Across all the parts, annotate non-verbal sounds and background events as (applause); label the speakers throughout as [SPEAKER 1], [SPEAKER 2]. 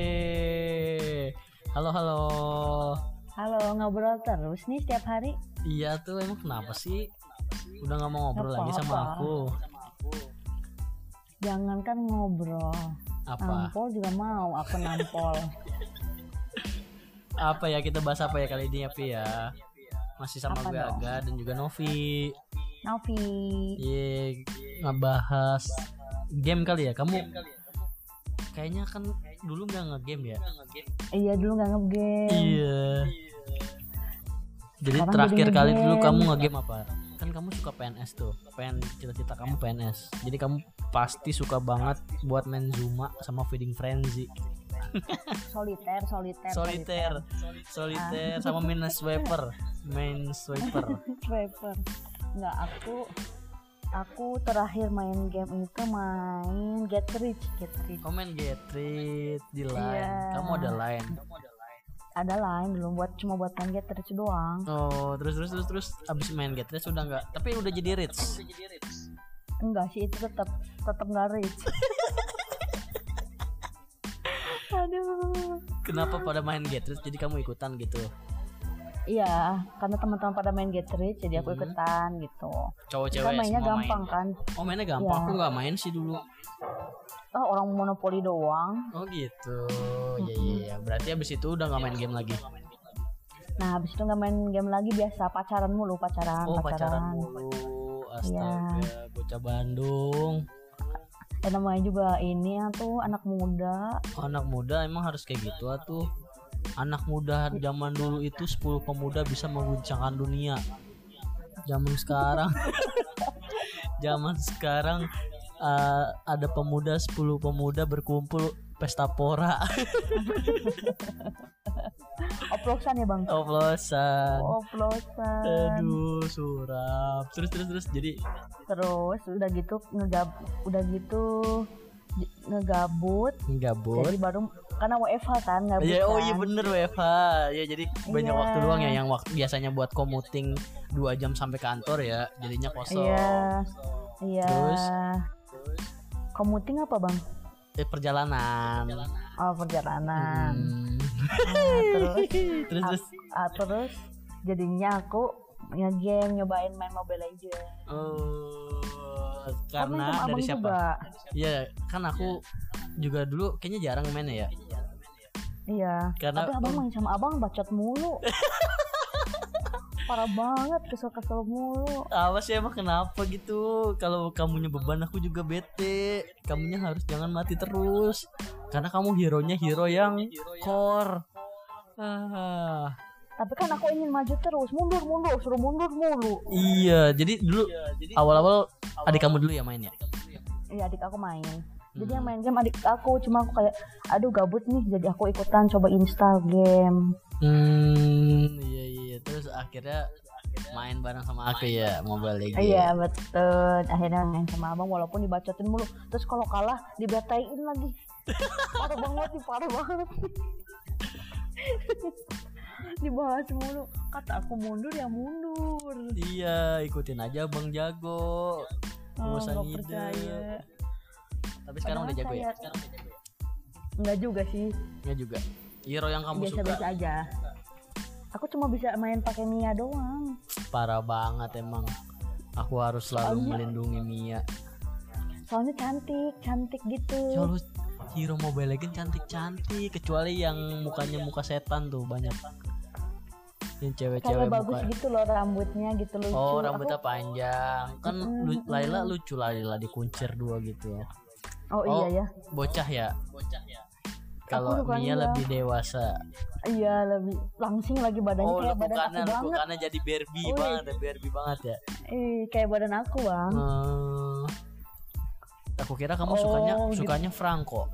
[SPEAKER 1] Yeay. Halo halo.
[SPEAKER 2] Halo, ngobrol terus nih setiap hari.
[SPEAKER 1] Iya tuh emang kenapa sih? Udah nggak mau ngobrol
[SPEAKER 2] Nggak
[SPEAKER 1] lagi sama
[SPEAKER 2] apa-apa.
[SPEAKER 1] aku.
[SPEAKER 2] Jangankan ngobrol,
[SPEAKER 1] Apa?
[SPEAKER 2] nampol juga mau aku
[SPEAKER 1] (laughs)
[SPEAKER 2] nampol.
[SPEAKER 1] Apa ya kita bahas apa ya kali ini ya Pi ya? Masih sama
[SPEAKER 2] Apa
[SPEAKER 1] gue
[SPEAKER 2] dong?
[SPEAKER 1] Aga dan juga Novi.
[SPEAKER 2] Novi,
[SPEAKER 1] Ye, ngebahas game kali ya. Kamu kayaknya kan dulu nggak ngegame ya?
[SPEAKER 2] iya dulu nggak ngegame.
[SPEAKER 1] Iya. Jadi
[SPEAKER 2] Sekarang
[SPEAKER 1] terakhir
[SPEAKER 2] jadi
[SPEAKER 1] kali dulu
[SPEAKER 2] nge-game.
[SPEAKER 1] kamu ngegame apa? Kan kamu suka PNS tuh. Pengen cita-cita kamu PNS. Jadi kamu pasti suka banget buat main Zuma sama Feeding Frenzy.
[SPEAKER 2] Soliter, soliter,
[SPEAKER 1] Solitaire, solitaire sama main swiper, main swiper.
[SPEAKER 2] Swiper. Nggak, aku aku terakhir main game itu main Get Rich, Get Rich.
[SPEAKER 1] Komen Getrit di line.
[SPEAKER 2] Iya.
[SPEAKER 1] Kamu ada line.
[SPEAKER 2] Ada lain belum buat cuma buat main Get Rich doang.
[SPEAKER 1] Oh, terus terus terus terus abis main Getrit sudah nggak? Tapi udah jadi rich.
[SPEAKER 2] Enggak sih itu tetap tetap nggak
[SPEAKER 1] (laughs)
[SPEAKER 2] rich. Aduh.
[SPEAKER 1] Kenapa pada main Getrit? Jadi kamu ikutan gitu?
[SPEAKER 2] Iya, karena teman-teman pada main Get Rich, jadi aku
[SPEAKER 1] Hmm.
[SPEAKER 2] ikutan gitu.
[SPEAKER 1] Cowok
[SPEAKER 2] Kita
[SPEAKER 1] cewek
[SPEAKER 2] mainnya
[SPEAKER 1] ya, semua
[SPEAKER 2] gampang
[SPEAKER 1] main.
[SPEAKER 2] kan?
[SPEAKER 1] Oh mainnya gampang,
[SPEAKER 2] Iya.
[SPEAKER 1] aku nggak main sih dulu.
[SPEAKER 2] Oh, orang monopoli doang.
[SPEAKER 1] Oh gitu, ya ya ya. Berarti abis itu udah nggak main game lagi.
[SPEAKER 2] Nah, habis itu nggak main game lagi biasa pacaran mulu, pacaran,
[SPEAKER 1] Oh pacaran
[SPEAKER 2] pacaran.
[SPEAKER 1] mulu, astaga, bocah Bandung.
[SPEAKER 2] Dan namanya juga ini ya tuh anak muda.
[SPEAKER 1] Oh, Anak muda emang harus kayak gitu ah, tuh. Anak muda zaman dulu itu 10 pemuda bisa mengguncangkan dunia. Zaman sekarang, zaman sekarang eh, ada pemuda 10 pemuda berkumpul pesta pora, (laughs)
[SPEAKER 2] Oplosan ya, Bang.
[SPEAKER 1] oplosan.
[SPEAKER 2] Oplosan.
[SPEAKER 1] Aduh, suram. Terus terus terus jadi
[SPEAKER 2] Terus udah gitu ngegab udah gitu j- ngegabut.
[SPEAKER 1] gabut.
[SPEAKER 2] Jadi baru karena WFH kan, ngabut
[SPEAKER 1] Ya, oh
[SPEAKER 2] kan.
[SPEAKER 1] iya bener WFH. Ya jadi banyak
[SPEAKER 2] Iya.
[SPEAKER 1] waktu luang ya yang waktu biasanya buat commuting 2 jam sampai kantor ya, jadinya kosong.
[SPEAKER 2] Iya. Iya.
[SPEAKER 1] Terus?
[SPEAKER 2] Commuting apa, Bang?
[SPEAKER 1] Eh, perjalanan.
[SPEAKER 2] Oh, perjalanan.
[SPEAKER 1] Hmm.
[SPEAKER 2] Nah, terus
[SPEAKER 1] (laughs) terus terus
[SPEAKER 2] ah, terus jadinya aku ngegame nyobain main Mobile Legends.
[SPEAKER 1] oh,
[SPEAKER 2] Aku main
[SPEAKER 1] karena
[SPEAKER 2] sama
[SPEAKER 1] dari
[SPEAKER 2] abang
[SPEAKER 1] siapa?
[SPEAKER 2] juga.
[SPEAKER 1] Iya, kan aku juga dulu kayaknya jarang main ya.
[SPEAKER 2] Iya.
[SPEAKER 1] Karena
[SPEAKER 2] Tapi abang
[SPEAKER 1] oh,
[SPEAKER 2] main sama abang bacot
[SPEAKER 1] (laughs)
[SPEAKER 2] mulu. Parah banget kesel-kesel mulu.
[SPEAKER 1] apa sih emang ya, kenapa gitu kalau kamunya beban aku juga bete kamunya harus jangan mati terus karena kamu hero nya hero yang core ah
[SPEAKER 2] Tapi kan aku ingin maju terus, mundur mundur, suruh mundur mulu.
[SPEAKER 1] iya jadi dulu awal awal adik kamu dulu ya main ya
[SPEAKER 2] Iya adik aku main. Jadi
[SPEAKER 1] Hmm.
[SPEAKER 2] yang main game adik aku cuma aku kayak aduh gabut nih jadi aku ikutan coba install game.
[SPEAKER 1] hmm iya iya terus akhirnya main bareng sama aku ya mobile legends
[SPEAKER 2] Iya betul. Akhirnya main sama abang walaupun dibacotin mulu. Terus kalau kalah dibetain
[SPEAKER 1] (laughs)
[SPEAKER 2] lagi. parah banget, nih, parah banget. (laughs) Dibahas mulu. Kata aku mundur ya mundur.
[SPEAKER 1] Iya, ikutin aja bang jago
[SPEAKER 2] Oh,
[SPEAKER 1] Bosan
[SPEAKER 2] nggak
[SPEAKER 1] hidup.
[SPEAKER 2] percaya.
[SPEAKER 1] tapi sekarang udah jago
[SPEAKER 2] Padahal
[SPEAKER 1] ya
[SPEAKER 2] saya- Enggak juga sih.
[SPEAKER 1] ya juga hero yang
[SPEAKER 2] Iya,
[SPEAKER 1] kamu suka
[SPEAKER 2] Biasa-biasa aja. Aku cuma bisa main pakai Mia doang.
[SPEAKER 1] parah banget emang aku harus selalu
[SPEAKER 2] Soalnya-
[SPEAKER 1] melindungi Mia
[SPEAKER 2] Soalnya cantik, cantik
[SPEAKER 1] ya
[SPEAKER 2] gitu.
[SPEAKER 1] lu hero mobile legend cantik cantik kecuali yang mukanya muka setan tuh banyak yang
[SPEAKER 2] Kalau
[SPEAKER 1] cewek-cewek
[SPEAKER 2] bagus
[SPEAKER 1] muka
[SPEAKER 2] gitu loh rambutnya gitu lucu.
[SPEAKER 1] ya? oh
[SPEAKER 2] Aku-
[SPEAKER 1] rambutnya panjang kan
[SPEAKER 2] Mm-mm,
[SPEAKER 1] lu-
[SPEAKER 2] mm-mm.
[SPEAKER 1] Laila lucu Laila dikuncir dua gitu
[SPEAKER 2] Oh,
[SPEAKER 1] Oh.
[SPEAKER 2] iya ya.
[SPEAKER 1] bocah ya kalau
[SPEAKER 2] sukanya.
[SPEAKER 1] Mia lebih dewasa
[SPEAKER 2] Iya lebih langsing lagi badannya
[SPEAKER 1] oh
[SPEAKER 2] kayak badan aku
[SPEAKER 1] lekukannya
[SPEAKER 2] banget. Oh, iya.
[SPEAKER 1] lekukannya jadi Barbie
[SPEAKER 2] Wih.
[SPEAKER 1] banget ya Barbie banget ya
[SPEAKER 2] Ih, kayak badan aku (laughs) bang.
[SPEAKER 1] Eh, aku kira kamu
[SPEAKER 2] Oh,
[SPEAKER 1] sukanya
[SPEAKER 2] gitu.
[SPEAKER 1] sukanya Franco.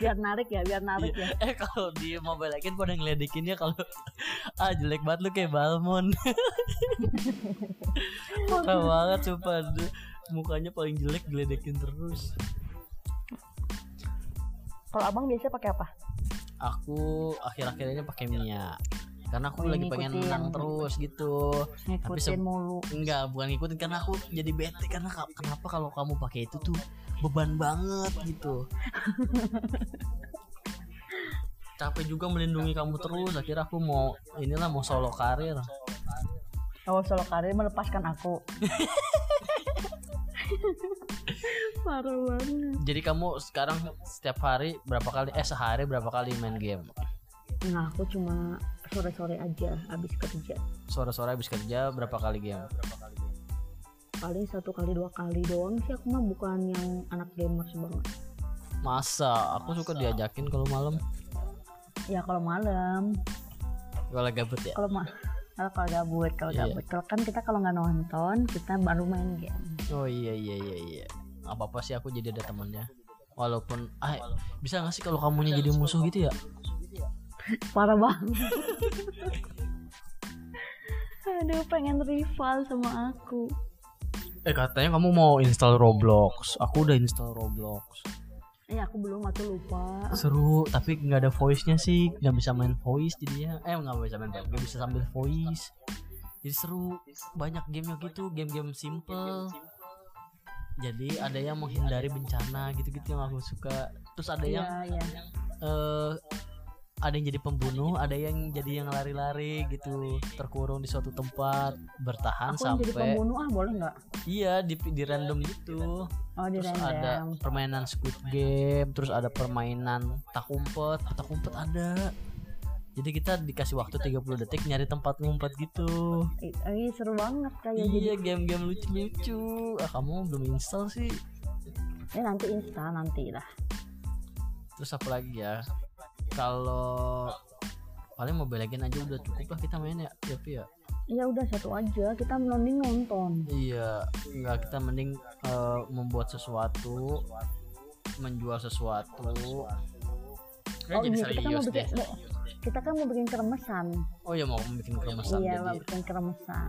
[SPEAKER 2] Biar narik ya, biar narik ya.
[SPEAKER 1] Eh kalau di Mobile Legends pada ngeledekinnya kalau ah jelek banget lu kayak Balmon. Parah banget sumpah Aduh, mukanya paling jelek geledekin terus.
[SPEAKER 2] Kalau abang biasanya pakai apa?
[SPEAKER 1] Aku akhir-akhir ini pakai Mia. karena aku
[SPEAKER 2] Oh,
[SPEAKER 1] lagi pengen
[SPEAKER 2] ngikutin.
[SPEAKER 1] menang terus gitu Tapi se-
[SPEAKER 2] ngikutin mulu
[SPEAKER 1] enggak bukan ngikutin karena aku jadi bete karena ka- kenapa kalau kamu pakai itu tuh beban banget gitu capek juga melindungi kamu terus akhirnya aku mau inilah mau solo karir
[SPEAKER 2] kalau Oh, solo karir melepaskan aku (laughs) parah banget
[SPEAKER 1] jadi kamu sekarang setiap hari berapa kali eh sehari berapa kali main game
[SPEAKER 2] nah aku cuma sore-sore aja abis kerja
[SPEAKER 1] sore-sore habis kerja berapa kali game
[SPEAKER 2] paling satu kali dua kali doang sih aku mah bukan yang anak gamers banget
[SPEAKER 1] masa aku suka diajakin kalau malam
[SPEAKER 2] ya kalau malam
[SPEAKER 1] kalau gabut ya
[SPEAKER 2] kalau mah (laughs) kalau kalau gabut kalau
[SPEAKER 1] Iya.
[SPEAKER 2] gabut kalau kan kita kalau nggak nonton kita baru main game
[SPEAKER 1] oh iya iya iya iya apa apa sih aku jadi ada temennya walaupun ah bisa nggak sih kalau kamunya jadi musuh gitu ya
[SPEAKER 2] parah
[SPEAKER 1] (laughs)
[SPEAKER 2] banget aduh pengen rival sama aku
[SPEAKER 1] eh katanya kamu mau install Roblox aku udah install Roblox
[SPEAKER 2] eh aku belum aku lupa
[SPEAKER 1] seru tapi nggak ada voice nya sih nggak bisa main voice jadinya eh nggak bisa main voice nggak bisa sambil voice jadi seru banyak gamenya gitu game-game simple jadi ada yang menghindari bencana gitu-gitu yang aku suka terus ada yang
[SPEAKER 2] Iya, iya.
[SPEAKER 1] eh ada yang jadi pembunuh ada yang jadi yang lari-lari gitu terkurung di suatu tempat bertahan
[SPEAKER 2] aku yang jadi
[SPEAKER 1] sampai
[SPEAKER 2] pembunuh ah boleh nggak
[SPEAKER 1] iya di, di random gitu
[SPEAKER 2] oh di
[SPEAKER 1] terus ada
[SPEAKER 2] random
[SPEAKER 1] permainan Squid Game, terus ada permainan tak umpet, tak umpet ada. Jadi kita dikasih waktu 30 detik nyari tempat ngumpet gitu.
[SPEAKER 2] Eh, eh, seru banget kayak jadi
[SPEAKER 1] Iya, game-game lucu-lucu. Ah, kamu belum install sih.
[SPEAKER 2] eh nanti insta nanti lah
[SPEAKER 1] Terus apa lagi ya? Kalau paling Mobile Legends aja udah cukup lah kita main ya, ya Pi, ya.
[SPEAKER 2] ya udah satu aja kita mending nonton
[SPEAKER 1] Iya, enggak kita mending eh, membuat sesuatu, menjual sesuatu. Kayak
[SPEAKER 2] oh
[SPEAKER 1] jadi
[SPEAKER 2] iya kita kan
[SPEAKER 1] serius
[SPEAKER 2] mau
[SPEAKER 1] deh.
[SPEAKER 2] bikin mau- kita kan mau bikin keremesan
[SPEAKER 1] Oh ya mau bikin keremesan
[SPEAKER 2] iya
[SPEAKER 1] jadi.
[SPEAKER 2] mau bikin keremesan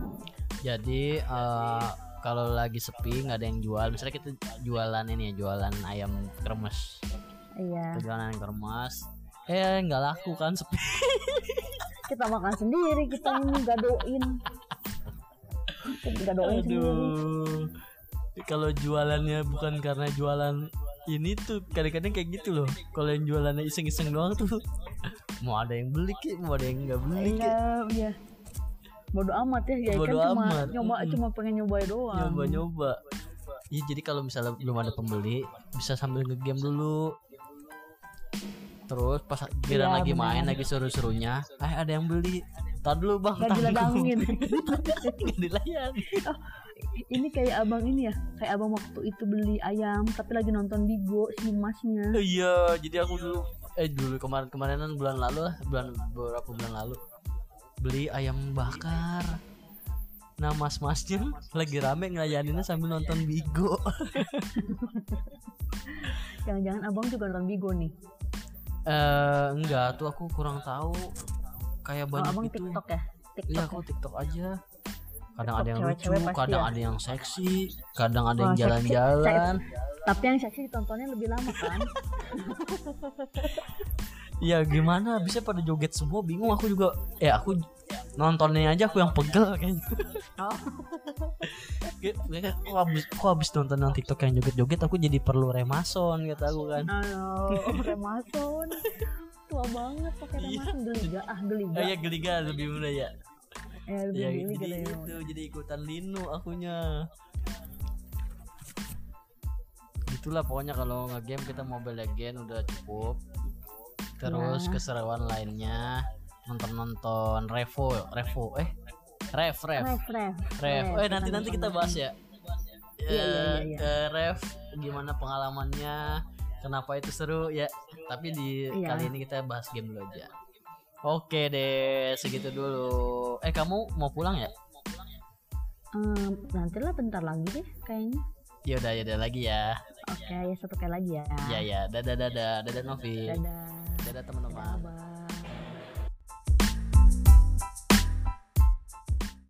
[SPEAKER 1] Jadi eh, kalau lagi sepi nggak ada yang jual, misalnya kita jualan ini ya, jualan ayam kremes,
[SPEAKER 2] iya
[SPEAKER 1] Kita jualan ayam kremes, eh nggak laku kan sepi.
[SPEAKER 2] kita makan sendiri kita
[SPEAKER 1] (laughs)
[SPEAKER 2] ini gadoin Kita gadoin sendiri
[SPEAKER 1] Aduh, kalau jualannya bukan karena jualan ini tuh kadang-kadang kayak gitu loh. Kalau yang jualannya iseng-iseng doang tuh, (laughs) mau ada yang beli kek, mau ada yang nggak beli kek.
[SPEAKER 2] iya iya bodo amat ya ya
[SPEAKER 1] Bodo
[SPEAKER 2] kan cuma
[SPEAKER 1] amat,
[SPEAKER 2] nyoba
[SPEAKER 1] mm-mm.
[SPEAKER 2] cuma pengen nyobain doang
[SPEAKER 1] nyoba-nyoba. Iya jadi kalau misalnya belum ada pembeli bisa sambil ngegame dulu. Terus pas giliran
[SPEAKER 2] Iya,
[SPEAKER 1] lagi
[SPEAKER 2] benar.
[SPEAKER 1] main lagi seru-serunya, eh ada yang beli. Tar dulu bang,
[SPEAKER 2] nggak
[SPEAKER 1] tar dulu. (laughs)
[SPEAKER 2] diladangin
[SPEAKER 1] Nggak dilayani.
[SPEAKER 2] ini kayak abang ini ya kayak abang waktu itu beli ayam tapi lagi nonton Bigo si masnya
[SPEAKER 1] Iya, jadi aku dulu eh dulu kemarin kemarinan bulan lalu lah, bulan beberapa bulan lalu beli ayam bakar. Nah mas-masnya lagi rame ngelayaninnya sambil nonton Bigo. (laughs)
[SPEAKER 2] jangan-jangan abang juga nonton Bigo nih
[SPEAKER 1] Eh enggak tuh aku kurang tahu kayak
[SPEAKER 2] kalau
[SPEAKER 1] banyak
[SPEAKER 2] abang
[SPEAKER 1] gitu.
[SPEAKER 2] TikTok ya
[SPEAKER 1] Iya
[SPEAKER 2] TikTok
[SPEAKER 1] aku TikTok aja. Kadang
[SPEAKER 2] TikTok
[SPEAKER 1] ada yang lucu,
[SPEAKER 2] cewek-cewek pasti
[SPEAKER 1] kadang
[SPEAKER 2] ya.
[SPEAKER 1] ada yang seksi, kadang ada
[SPEAKER 2] Wah,
[SPEAKER 1] yang
[SPEAKER 2] seksi-
[SPEAKER 1] jalan-jalan.
[SPEAKER 2] tapi yang seksi ditontonnya lebih lama
[SPEAKER 1] (laughs)
[SPEAKER 2] kan
[SPEAKER 1] Ya gimana? Bisa pada joget semua bingung aku juga. Ya aku nontonnya aja aku yang pegel (laughs) kayaknya.
[SPEAKER 2] Oh.
[SPEAKER 1] Kayak- kayak aku habis aku habis nonton yang TikTok yang joget-joget aku jadi perlu remason kata aku kan.
[SPEAKER 2] Halo, Remason. Tua banget
[SPEAKER 1] Iya.
[SPEAKER 2] pakai Remason geliga ah geliga.
[SPEAKER 1] Ah ya geliga lebih mudah ya.
[SPEAKER 2] Eh lebih
[SPEAKER 1] Ya
[SPEAKER 2] geliga
[SPEAKER 1] jadi
[SPEAKER 2] deh.
[SPEAKER 1] itu jadi ikutan linu akunya. Itulah pokoknya kalau nge-game kita Mobile Legends udah cukup. Terus
[SPEAKER 2] Ya.
[SPEAKER 1] keseruan lainnya nonton-nonton Revo, Revo eh Ref, Ref,
[SPEAKER 2] Ref, ref.
[SPEAKER 1] Ref.
[SPEAKER 2] ref,
[SPEAKER 1] Eh nanti nanti kita bahas ya. Eh,
[SPEAKER 2] Iya, iya, iya, iya.
[SPEAKER 1] eh, Ref gimana pengalamannya? Kenapa itu seru ya? Tapi di
[SPEAKER 2] Iya.
[SPEAKER 1] kali ini kita bahas game dulu aja. Oke deh, segitu dulu. Eh kamu mau pulang ya?
[SPEAKER 2] Em, nantilah bentar lagi deh kayaknya.
[SPEAKER 1] Ya udah ya udah lagi ya.
[SPEAKER 2] Oke, ya satu kali lagi ya.
[SPEAKER 1] Iya, Ya ya, dadah dadah dadah Novi.
[SPEAKER 2] Dadah.
[SPEAKER 1] Dadah teman-teman.
[SPEAKER 2] Dadah.